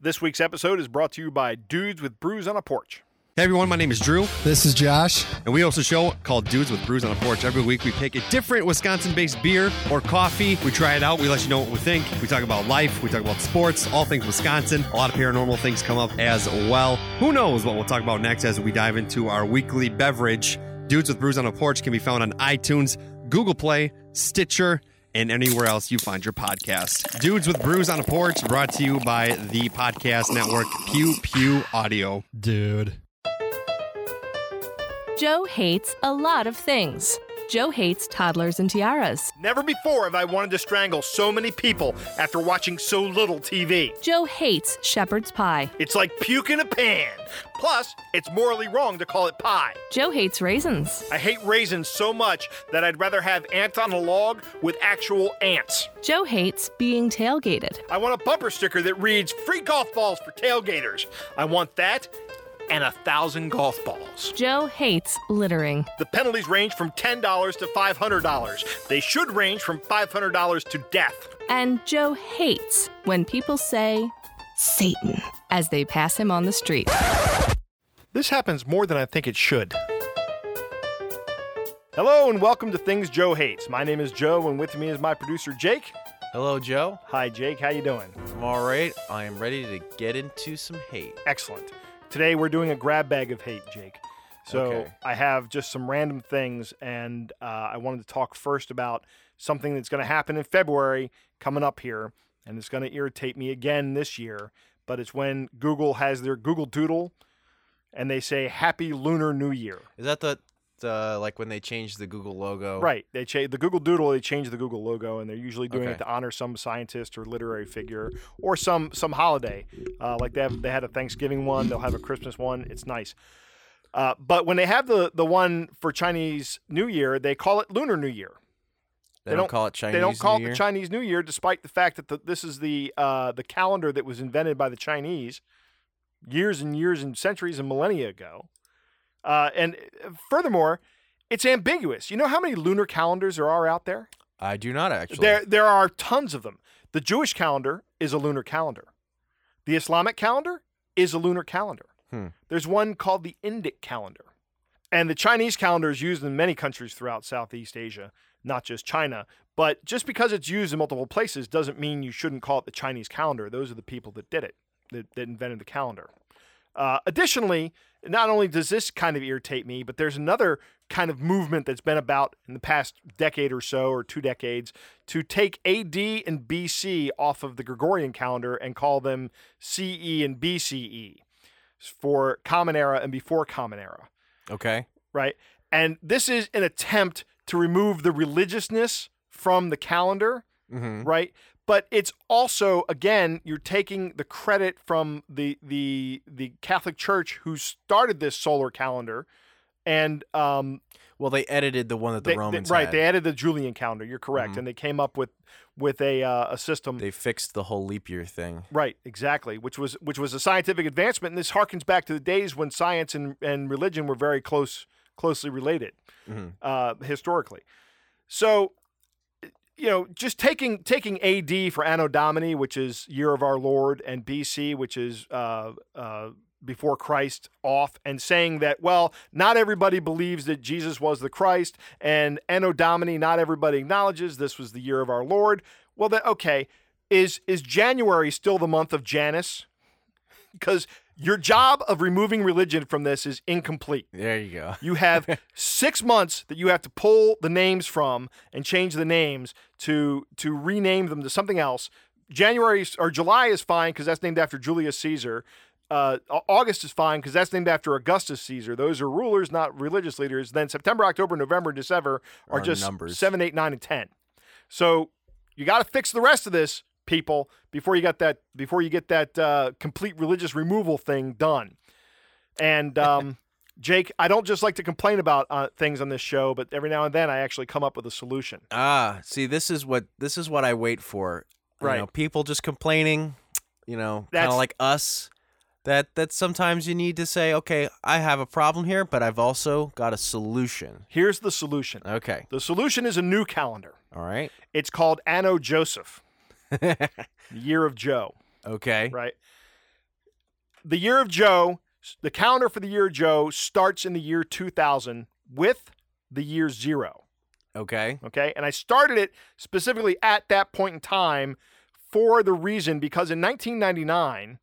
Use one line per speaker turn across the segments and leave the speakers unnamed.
This week's episode is brought to you by Dudes with Brews on a Porch.
Hey everyone, my name is Drew,
This is Josh.
and we host a show called Dudes with Brews on a Porch. Every week we pick a different Wisconsin based beer or coffee. We try it out, we let you know what we think. We talk about life, we talk about sports, all things Wisconsin. A lot of paranormal things come up as well. Who knows what we'll talk about next as we dive into our weekly beverage. Dudes with Brews on a Porch can be found on iTunes, Google Play, Stitcher, and anywhere else you find your podcast. Dudes with Brews on a Porch brought to you by the podcast network Pew Pew Audio.
Dude.
Joe hates a lot of things. Joe hates toddlers and tiaras.
Never before have I wanted to strangle so many people after watching so little TV.
Joe hates shepherd's pie.
It's like puke in a pan. Plus, it's morally wrong to call it pie.
Joe hates raisins.
I hate raisins so much that I'd rather have ants on a log with actual ants.
Joe hates being tailgated.
I want a bumper sticker that reads free golf balls for tailgaters. I want that and a thousand golf balls.
Joe hates littering.
The penalties range from $10 to $500. They should range from $500 to death.
And Joe hates when people say, Satan, as they pass him on the street.
This happens more than I think it should. Hello and welcome to Things Joe Hates. My name is Joe and with me is my producer Jake.
Hello, Joe.
Hi Jake, how you doing?
I'm all right. I am ready to get into some hate.
Excellent. Today we're doing a grab bag of hate, Jake. So
Okay.
I have just some random things, and uh, I wanted to talk first about something that's going to happen in February coming up here, and it's going to irritate me again this year. But it's when Google has their Google Doodle, and they say Happy Lunar New Year.
Is that the, the like when they changed the Google logo?
Right. They cha- the Google Doodle. They change the Google logo, and they're usually doing it
Okay.
to honor some scientist or literary figure or some some holiday. Uh, like they have, they had a Thanksgiving one. They'll have a Christmas one. It's nice. Uh, but when they have the the one for Chinese New Year, they call it Lunar New Year.
They, don't, call it Chinese.
They don't call
New
it
Year?
the Chinese New Year, despite the fact that the, this is the uh, the calendar that was invented by the Chinese years and years and centuries and millennia ago. Uh, and uh, furthermore, it's ambiguous. You know how many lunar calendars there are out there?
I do not actually.
There there are tons of them. The Jewish calendar is a lunar calendar. The Islamic calendar is a lunar calendar.
Hmm.
There's one called the Indic calendar. And the Chinese calendar is used in many countries throughout Southeast Asia, not just China. But just because it's used in multiple places doesn't mean you shouldn't call it the Chinese calendar. Those are the people that did it, that, that invented the calendar. Uh, additionally, not only does this kind of irritate me, but there's another kind of movement that's been about in the past decade or so, or two decades, to take AD and BC off of the Gregorian calendar and call them CE and BCE for Common Era and before Common Era,
Okay.
right? And this is an attempt to remove the religiousness from the calendar
Mm-hmm.
right? But it's also again you're taking the credit from the the the Catholic Church who started this solar calendar, and um,
Well, they edited the one that the
they- they-
Romans
right
had. Mm-hmm.
they added the Julian calendar. You're correct, and they came up with with a uh, a system.
They fixed the whole leap year thing.
Right, exactly. Which was which was a scientific advancement, and this harkens back to the days when science and, and religion were very close closely related
Mhm.
uh, historically. So, you know, just taking taking AD for Anno Domini, which is year of our Lord, and BC, which is uh, uh, before Christ, off, and saying that well, not everybody believes that Jesus was the Christ, and Anno Domini, not everybody acknowledges this was the year of our Lord. Well, then okay, is is January still the month of Janus? Because your job of removing religion from this is incomplete.
There you go.
You have six months that you have to pull the names from and change the names to to rename them to something else. January is- or July is fine because that's named after Julius Caesar. Uh, Au- August is fine because that's named after Augustus Caesar. Those are rulers, not religious leaders. Then September, October, November, December are
Are
just
numbers.
seven, eight, nine, and ten. So you got to fix the rest of this, people, before you got that before you get that uh, complete religious removal thing done. And um, Jake, I don't just like to complain about uh, things on this show, but every now and then I actually come up with a solution.
Ah, see, this is what this is what I wait for. You
Right.
know, people just complaining. You know, kind
That's-
of like us. That that sometimes you need to say, okay, I have a problem here, but I've also got a solution.
Here's the solution.
Okay.
The solution is a new calendar.
All right.
It's called Anno Joseph, the year of Joe,
Okay.
right? the year of Joe, the calendar for the year of Joe starts in the year 2000 with the year zero.
Okay.
Okay. And I started it specifically at that point in time for the reason because in 1999,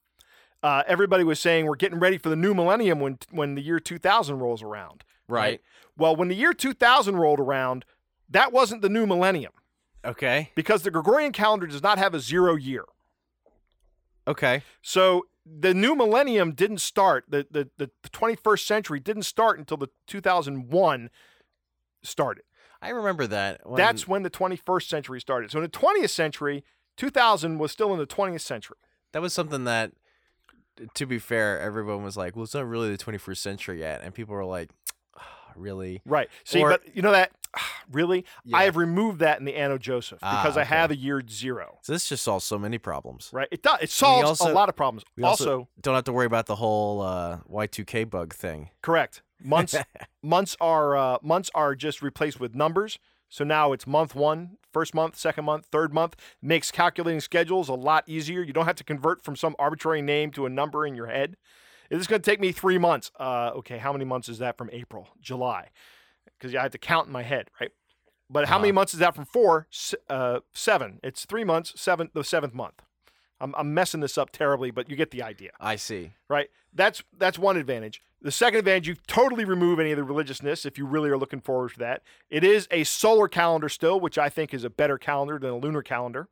uh, everybody was saying we're getting ready for the new millennium when when the year 2000 rolls around.
Right.
Well, when the year 2000 rolled around, that wasn't the new millennium
Okay.
because the Gregorian calendar does not have a zero year.
Okay.
So the new millennium didn't start the the, the 21st century didn't start until the 2001 started.
I remember that. when-
That's when the 21st century started. So in the 20th century, 2000 was still in the 20th century.
that was something that to be fair, everyone was like, "Well, it's not really the 21st century yet." And people were like, "Really?"
Right. See,
Or-
but you know that really,
Yeah.
I have removed that in the Anno Joseph
Ah,
because I
okay.
have a year zero.
So this just solves so many problems.
Right. It does. It solves
also-
a lot of problems.
we
Also,
also- Don't have to worry about the whole uh, Y2K bug thing.
correct. Months months are uh, months are just replaced with numbers. So now it's month one, first month, second month, third month. Makes calculating schedules a lot easier. You don't have to convert from some arbitrary name to a number in your head. This is going to take me three months. Uh, okay, how many months is that from April, July? Because I have to count in my head, right? But how many months is that from four? S- uh, seven. It's three months. Seven. The seventh month. I'm, I'm messing this up terribly, but you get the idea
I see.
right? That's that's one advantage. The second advantage, you totally remove any of the religiousness if you really are looking forward to that. It is a solar calendar still, which I think is a better calendar than a lunar calendar.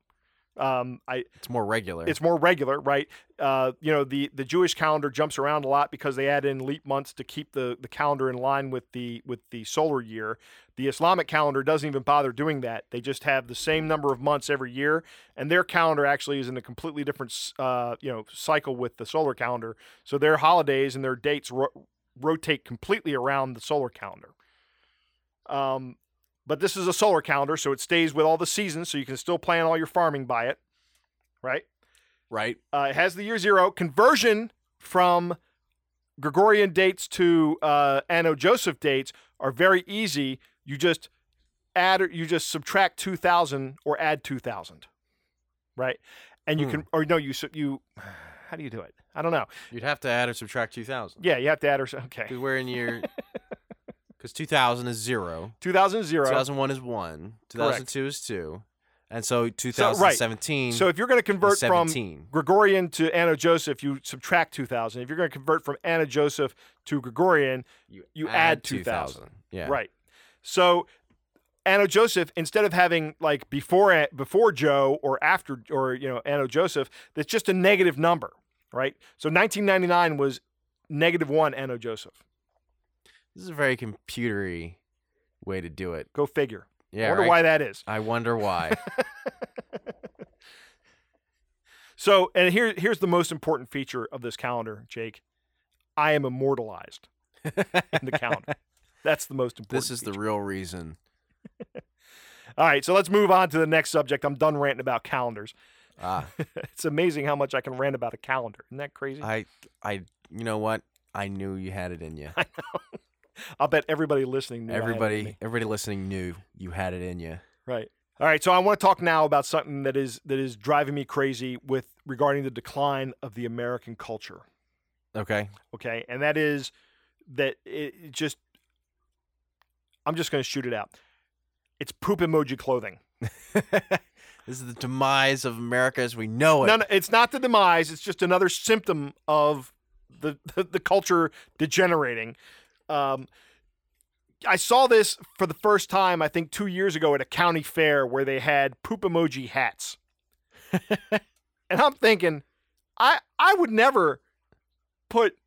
Um, I
It's more regular.
it's more regular, right? Uh, you know, the the Jewish calendar jumps around a lot because they add in leap months to keep the the calendar in line with the with the solar year. The Islamic calendar doesn't even bother doing that. They just have the same number of months every year, and their calendar actually is in a completely different s- uh, you know cycle with the solar calendar. So their holidays and their dates ro- rotate completely around the solar calendar. Um, but this is a solar calendar, so it stays with all the seasons, so you can still plan all your farming by it, right?
right.
Uh, it has the year zero conversion from Gregorian dates to uh, Anno Joseph dates are very easy. You just add or you just subtract two thousand or add two thousand, right? And you
Hmm.
can or no, you su- you how do you do it? I don't know.
You'd have to add or subtract 2000.
Yeah, you have to add or s- okay.
Because we're in year. Because 2000 is zero.
2000 0.
2001 is one. 2002 is two. And so 2017
So if you're going to convert
is
from
17.
Gregorian to Anno Joseph, you subtract 2000. If you're going to convert from Anno Joseph to Gregorian, you add 2000.
Yeah.
Right. So Anno Joseph, instead of having like before before Joe or after or you know Anno Joseph, that's just a negative number, right? So 1999 was negative one Anno Joseph.
This is a very computery way to do it.
Go figure.
Yeah.
I wonder
right?
why that is.
I wonder why.
So and here here's the most important feature of this calendar, Jake. I am immortalized in the calendar. That's the most important.
this is the
feature.
real reason.
all right. So let's move on to the next subject. I'm done ranting about calendars.
Ah,
it's amazing how much I can rant about a calendar. Isn't that crazy?
I, I, you know what? I knew you had it in you.
I'll bet everybody listening. Knew I had it in me.
Everybody, everybody listening knew you had it in you.
Right. All right. So I want to talk now about something that is that is driving me crazy with regarding the decline of the American culture.
Okay.
Okay, and that is that it it just. I'm just going to shoot it out. It's poop emoji clothing.
this is the demise of America as we know it.
No, no, it's not the demise. It's just another symptom of the the, the culture degenerating. Um, I saw this for the first time, I think, two years ago at a county fair where they had poop emoji hats, and I'm thinking, I I would never put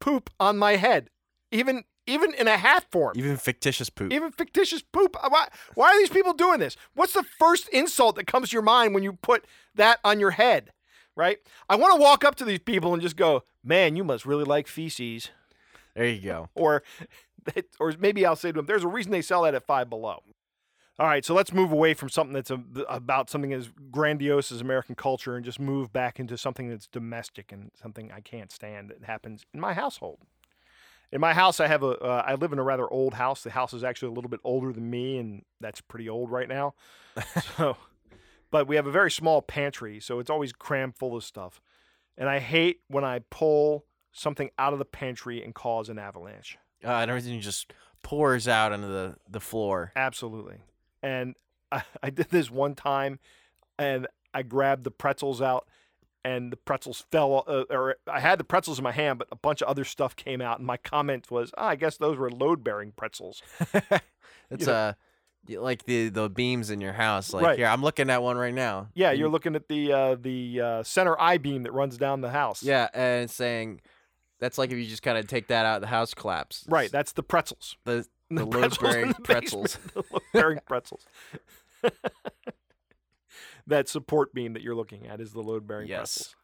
poop on my head, even even in a hat form.
Even fictitious poop.
Even fictitious poop. Uh, Why, why are these people doing this? What's the first insult that comes to your mind when you put that on your head? Right? I want to walk up to these people and just go, man, you must really like feces.
there you go.
Or, or maybe I'll say to them, there's a reason they sell that at Five Below. All right, so let's move away from something that's a, about something as grandiose as American culture and just move back into something that's domestic and something I can't stand that happens in my household. In my house, I have a. Uh, I live in a rather old house. The house is actually a little bit older than me, and that's pretty old right now. so, but we have a very small pantry, so it's always crammed full of stuff. and I hate when I pull something out of the pantry and cause an avalanche.
Uh, and everything just pours out onto the, the floor.
Absolutely. And I, I did this one time, and I grabbed the pretzels out, and the pretzels fell. Uh, or I had the pretzels in my hand, but a bunch of other stuff came out. And my comment was, "Ah, "I guess those were load-bearing pretzels."
It's
know-
uh, y- like the, the beams in your house. Like
Right.
here, I'm looking at one right now.
Yeah,
And-
you're looking at the uh, the uh, center I beam that runs down the house.
Yeah, and it's saying that's like if you just kind of take that out, the house collapses.
right. That's the pretzels.
The
And
the load-bearing
pretzels.
pretzels.
in the basement, the load-bearing pretzels. that support beam that you're looking at is the load-bearing pretzels.
yes.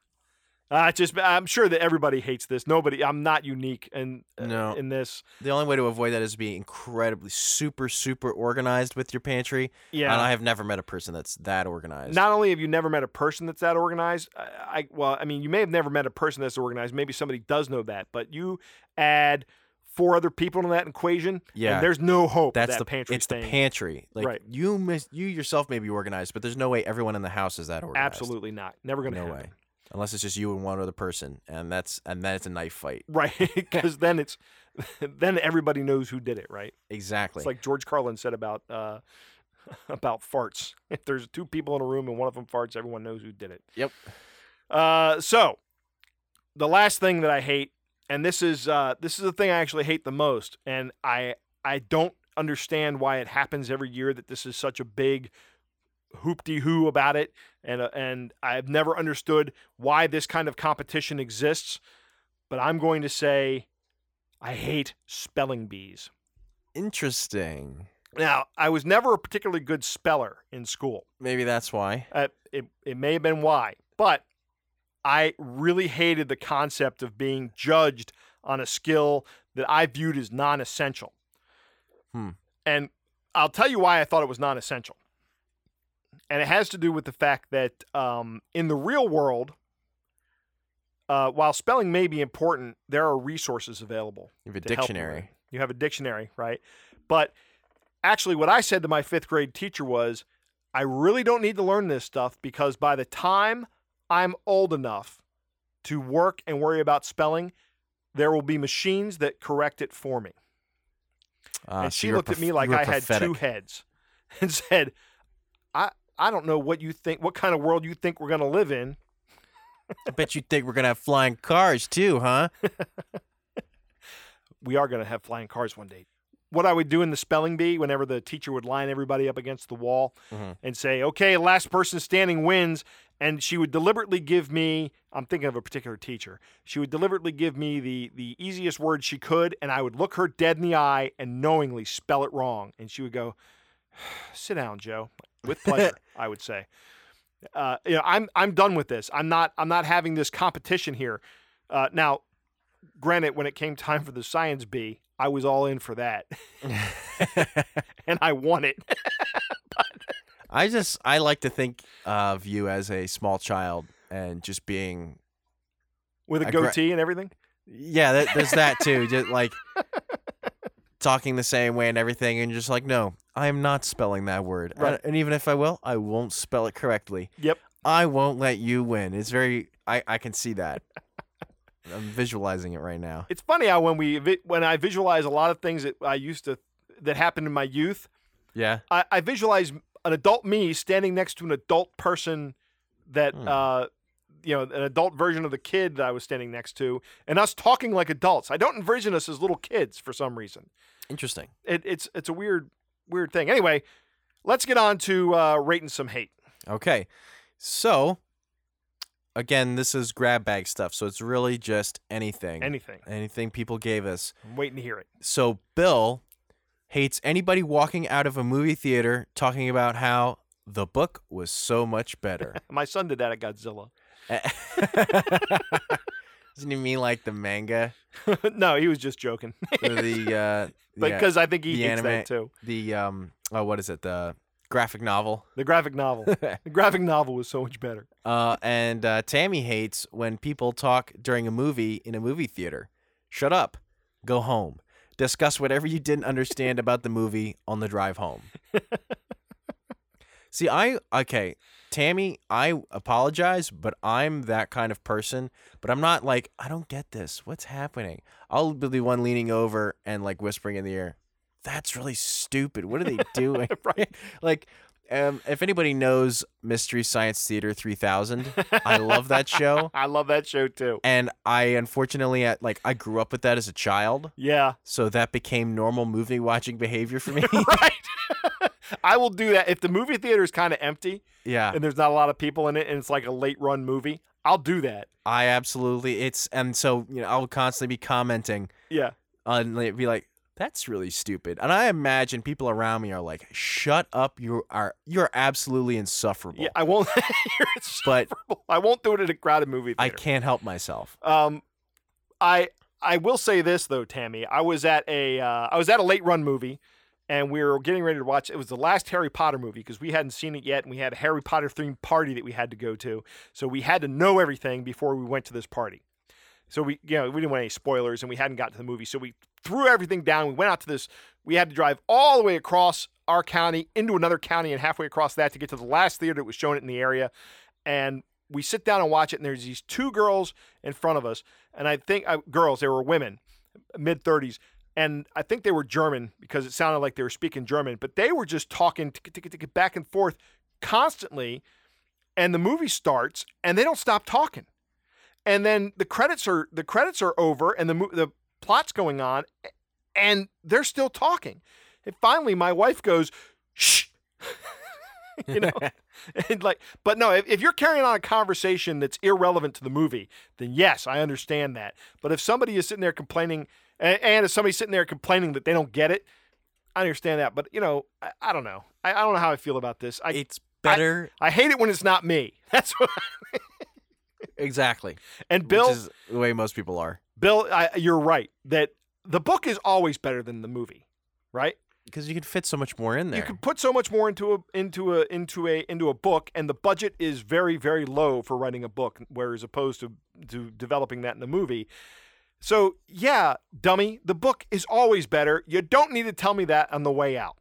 Uh, it's just I'm sure that everybody hates this. Nobody, I'm not unique in uh,
No.
in this.
The only way to avoid that is to be incredibly super super organized with your pantry. And I
Yeah.
have never met a person that's that organized.
Not only have you never met a person that's that organized, I, I well, I mean, you may have never met a person that's organized. Maybe somebody does know that, but you add four other people in that equation,
Yeah.
and there's no hope
that's
that
the
pantry
It's
thing.
the pantry. Like
Right.
you miss, you yourself may be organized, but there's no way everyone in the house is that organized.
Absolutely not. Never gonna
No
happen.
way. Unless it's just you and one other person, and that's and then it's a knife fight.
Right, because then it's then everybody knows who did it. Right.
Exactly.
It's like George Carlin said about uh, about farts. If there's two people in a room and one of them farts, everyone knows who did it.
Yep.
Uh, so the last thing that I hate, and this is uh, this is the thing I actually hate the most, and I I don't understand why it happens every year that this is such a big hoopty hoo about it, and uh, and I've never understood why this kind of competition exists. But I'm going to say, I hate spelling bees.
interesting.
Now, I was never a particularly good speller in school.
Maybe that's why.
Uh, it, it may have been why, but I really hated the concept of being judged on a skill that I viewed as non essential.
Hmm.
And I'll tell you why I thought it was non essential. And it has to do with the fact that um, in the real world, uh, while spelling may be important, there are resources available
You have a
to help you with
dictionary.
it. You have a dictionary, right? But actually, what I said to my fifth grade teacher was, I really don't need to learn this stuff because by the time I'm old enough to work and worry about spelling, there will be machines that correct it for me.
Uh,
and
so
she
you're
looked at
prof-
me like
you're
I had
prophetic.
two heads and said, I, I don't know what you think, what kind of world you think we're going to live in.
I bet you think we're gonna have flying cars too, huh?
we are going to have flying cars one day. What I would do in the spelling bee, whenever the teacher would line everybody up against the wall
Mhm.
and say, okay, last person standing wins. And she would deliberately give me, I'm thinking of a particular teacher, she would deliberately give me the, the easiest word she could. And I would look her dead in the eye and knowingly spell it wrong. And she would go, sit down, Joe, with pleasure, I would say. Uh, you know, I'm, I'm done with this. I'm not, I'm not having this competition here. Uh, now, granted, when it came time for the science bee, I was all in for that, and I won it.
I just I like to think of you as a small child and just being
with a
I gra-
goatee and everything.
yeah. That, there's that too, just like talking the same way and everything, and you're just like, no, I am not spelling that word, I-
Right.
and even if I will, I won't spell it correctly.
Yep.
I won't let you win. It's very I I can see that. I'm visualizing it right now.
It's funny how when we vi- when I visualize a lot of things that I used to that happened in my youth,
Yeah.
I, I visualize an adult me standing next to an adult person that
Hmm.
uh, you know an adult version of the kid that I was standing next to, and us talking like adults. I don't envision us as little kids for some reason.
Interesting.
It, it's it's a weird weird thing. Anyway, let's get on to uh, rating some hate.
Okay. So again, this is grab bag stuff, so it's really just anything.
Anything.
anything people gave us.
I'm waiting to hear it.
So Bill hates anybody walking out of a movie theater talking about how the book was so much better.
My son did that at Godzilla.
Doesn't he mean like the manga
no, he was just joking.
or the uh, yeah,
Because I think he
The
hates
anime-
that too.
the um oh what is it the graphic novel?
The graphic novel. the graphic novel was so much better.
Uh, and uh, Tammy hates when people talk during a movie in a movie theater. Shut up, go home. Discuss whatever you didn't understand about the movie on the drive home. See, I okay, Tammy, I apologize, but I'm that kind of person. But I'm not like I don't get this. What's happening? I'll be the one leaning over and like whispering in the ear. That's really stupid. What are they doing?
Right.
like, um, if anybody knows Mystery Science Theater 3000, I love that show.
I love that show too.
And I unfortunately, at, like, I grew up with that as a child.
Yeah.
So that became normal movie watching behavior for me.
right. I will do that if the movie theater is kind of empty
yeah.
and there's not a lot of people in it and it's like a late run movie. I'll do that.
I absolutely, it's, and so, you know, I'll constantly be commenting
Yeah.
and like, be like, that's really stupid. And I imagine people around me are like, shut up. You are, you're absolutely insufferable.
Yeah. I won't. You're
But
insufferable. I won't do it at a crowded movie
I
theater.
can't help myself.
Um, I I will say this though, Tammy. I was at a uh, I was at a late run movie, and we were getting ready to watch. It was the last Harry Potter movie because we hadn't seen it yet, and we had a Harry Potter themed party that we had to go to. So we had to know everything before we went to this party. So we you know we didn't want any spoilers, and we hadn't got to the movie, so we threw everything down. We went out to this. We had to drive all the way across our county into another county and halfway across that to get to the last theater that was showing it in the area. And we sit down and watch it, and there's these two girls in front of us, and I think uh, girls, they were women, mid 30s, and I think they were German because it sounded like they were speaking German, but they were just talking tick, tick, tick, back and forth constantly, and the movie starts, and they don't stop talking, and then the credits are the credits are over, and the mo- the plot's going on, and they're still talking, and finally my wife goes, shh. you know, and like, but no, if, if you're carrying on a conversation that's irrelevant to the movie, then yes, I understand that. But if somebody is sitting there complaining, and, and if somebody's sitting there complaining that they don't get it, I understand that. But you know, I, I don't know. I, I don't know how I feel about this. I
it's better.
I hate it when it's not me. That's what.
exactly.
And Bill,
Which is the way most people are.
Bill, I, you're right that the book is always better than the movie, right?
Because you can fit so much more in there.
You can put so much more into a into a into a into a book, and the budget is very very low for writing a book, whereas opposed to to developing that in the movie. So yeah, dummy, the book is always better. You don't need to tell me that on the way out.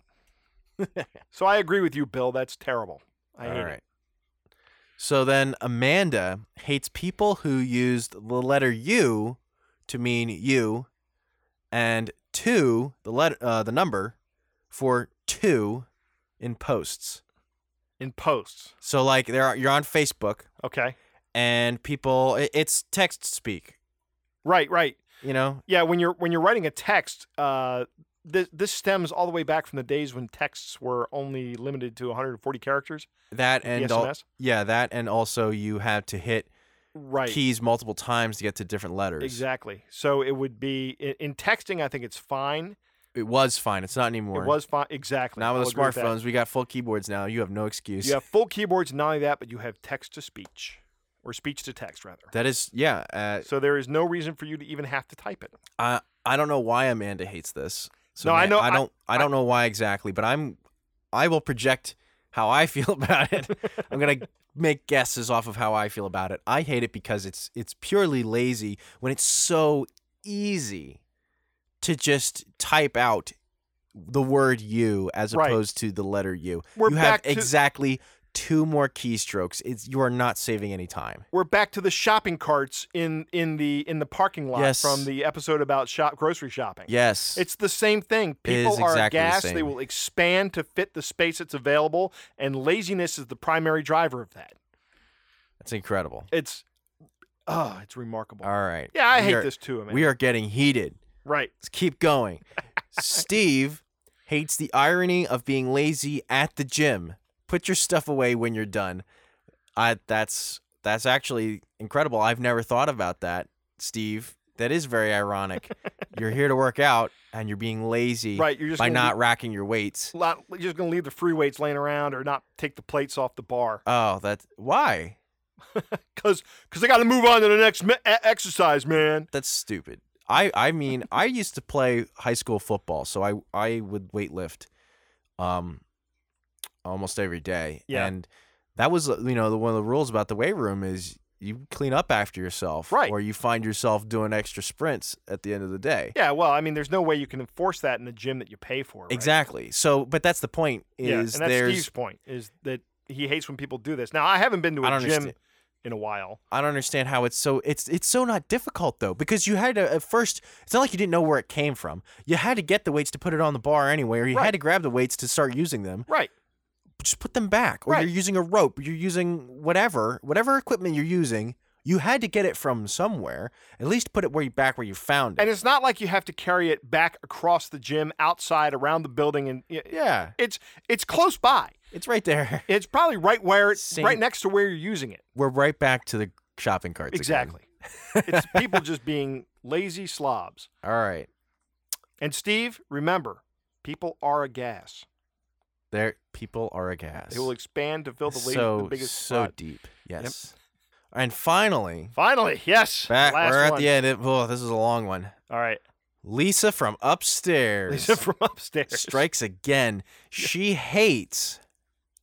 so I agree with you, Bill. That's terrible. I hate
All
it.
right. So then Amanda hates people who used the letter U to mean you and two, the letter uh, the number for two in posts.
in posts.
So like there are, you're on Facebook
Okay,
and people it, it's text speak,
right, right.
you know?
Yeah, when you're when you're writing a text, uh, this this stems all the way back from the days when texts were only limited to 140 characters.
That and al-
SMS?
yeah, that and also you have to hit
Right.
keys multiple times to get to different letters.
Exactly. So it would be in, in texting. I think it's fine.
It was fine. It's not anymore.
It was fine. Exactly.
Now with
I'll
the
agree that.
smartphones, we got full keyboards now. You have no excuse.
you have full keyboards. Not only that, but you have text to speech or speech to text rather.
That is, yeah. Uh,
So there is no reason for you to even have to type it.
I I don't know why Amanda hates this. So
No, I know-
I don't. I,
I-
don't know why exactly, but I'm. I will project how I feel about it. I'm gonna make guesses off of how I feel about it. I hate it because it's it's purely lazy when it's so easy to just type out the word "you" as
Right.
opposed to the letter "u."
We're
you
back
have
to-
exactly two more keystrokes. It's you are not saving any time.
We're back to the shopping carts in in the in the parking lot
Yes.
from the episode about shop grocery shopping.
Yes,
It's the same thing.
It is
People are
exactly the
aghast. They
same.
will expand to fit the space that's available, and laziness is the primary driver of that.
it's incredible.
It's, oh, it's remarkable.
All right.
Yeah, I
We
hate
are-
this too, man.
We are getting heated.
right.
Let's keep going. Steve hates the irony of being lazy at the gym. Put your stuff away when you're done. I that's that's actually incredible. I've never thought about that, Steve. That is very ironic. you're here to work out and you're being lazy
Right, you're just
by
gonna
not racking your weights.
lot, you're just gonna leave the free weights laying around or not take the plates off the bar
Oh, that's why?
because I got to move on to the next me- e- exercise, man.
That's stupid. I, I mean, I used to play high school football, so I I would weightlift, um, almost every day.
Yeah.
And that was uh, you know the one of the rules about the weight room is you clean up after yourself,
Right.
Or you find yourself doing extra sprints at the end of the day.
Yeah, well, I mean, there's no way you can enforce that in the gym that you pay for. Right?
Exactly. So, but that's the point.
Yeah,
Is
and that's
there's
Steve's point is that he hates when people do this. Now I haven't been to
I
a
don't
gym
understand.
in a while.
I don't understand how it's so it's it's so not difficult though because you had to at first it's not like you didn't know where it came from. You had to get the weights to put it on the bar anyway, or you
Right.
had to grab the weights to start using them.
Right.
Just put them back, or
Right.
you're using a rope, you're using whatever whatever equipment you're using. You had to get it from somewhere. At least put it where you back where you found it.
And it's not like you have to carry it back across the gym, outside, around the building, and yeah,
yeah,
it's it's close by.
it's right there.
It's probably right where it's
Same.
right next to where you're using it.
We're right back to the shopping carts. again.
Exactly. it's people just being lazy slobs.
All right.
And Steve, remember, people are a gas.
There, people are aghast.
They will expand to fill the, lazy,
so
the biggest
so
spot.
deep. Yes. And finally,
Finally, yes.
back,
last
we're at
one.
the end. It- oh, this is a long one.
All right.
Lisa from upstairs
Lisa from upstairs.
strikes again. She hates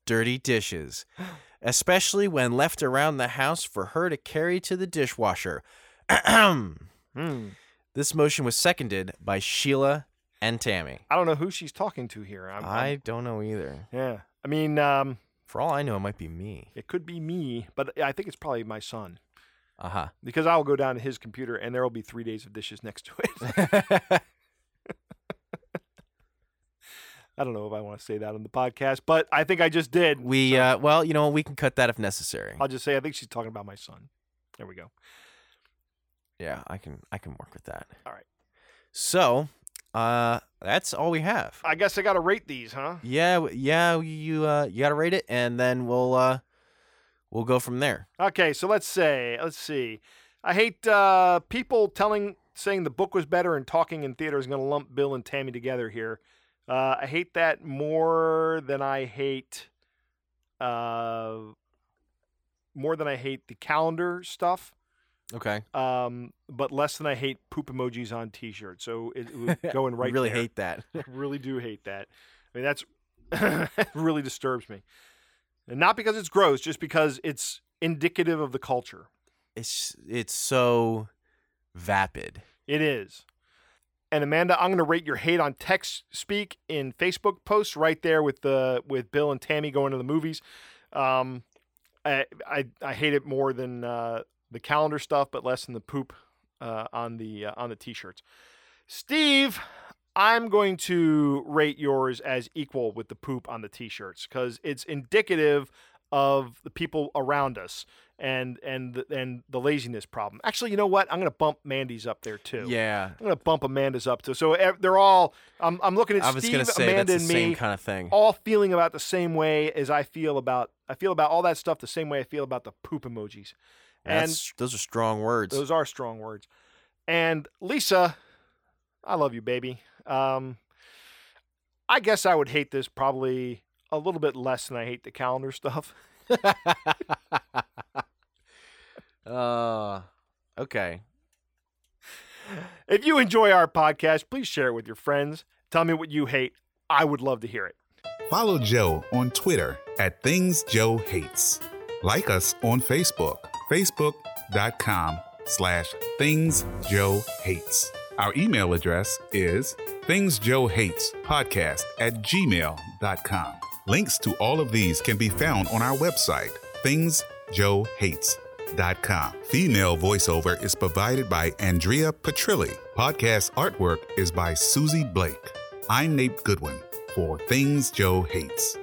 dirty dishes, especially when left around the house for her to carry to the dishwasher.
Hmm.
this motion was seconded by Sheila and Tammy.
I don't know who she's talking to here. I'm, I'm-
I don't know either.
yeah. I mean, um,
For all I know, it might be me.
it could be me, but I think it's probably my son
Uh huh.
because I'll go down to his computer and there will be three days of dishes next to it. I don't know if I want to say that on the podcast, but I think I just did.
we uh, well, you know, we can cut that if necessary.
I'll just say I think she's talking about my son. There we go.
Yeah, I can I can work with that.
All right.
So, uh, that's all we have.
I guess I got to rate these, huh?
Yeah, w- yeah, you uh, you gotta rate it, and then we'll uh, we'll go from there.
Okay, so let's say, let's see. I hate uh, people telling, saying the book was better and talking in theater is going to lump Bill and Tammy together here. Uh, I hate that more than I hate, uh, more than I hate the calendar stuff,
Okay.
um, but less than I hate poop emojis on T-shirts. So it, it was going right.
really
there.
hate that.
really do hate that. I mean, that's that really disturbs me, and not because it's gross, just because it's indicative of the culture.
It's it's so vapid.
It is. And Amanda, I'm going to rate your hate on text speak in Facebook posts right there with the with Bill and Tammy going to the movies. Um, I, I I hate it more than uh, the calendar stuff, but less than the poop uh, on the uh, on the t-shirts. Steve, I'm going to rate yours as equal with the poop on the t-shirts because it's indicative of the people around us and and the- and the laziness problem. Actually, you know what? I'm going to bump Mandy's up there too.
Yeah.
I'm gonna bump Amanda's up too. So ev- they're all. I'm, I'm looking at
I was
Steve,
gonna say
Amanda,
that's the
and me,
same kind of thing.
all feeling about the same way as I feel about. I feel about all that stuff the same way I feel about the poop emojis. And
That's, those are strong words.
those are strong words. And Lisa, I love you, baby. Um, I guess I would hate this probably a little bit less than I hate the calendar stuff.
uh, okay.
If you enjoy our podcast, please share it with your friends. Tell me what you hate. I would love to hear it.
Follow Joe on Twitter at Things Joe Hates. Like us on Facebook, facebook.com slash Things Joe Hates. Our email address is Things Joe Hates podcast at gmail.com. Links to all of these can be found on our website, thingsjoehates.com. Female voiceover is provided by Andrea Petrilli. Podcast artwork is by Susie Blake. I'm Nate Goodwin for Things Joe Hates.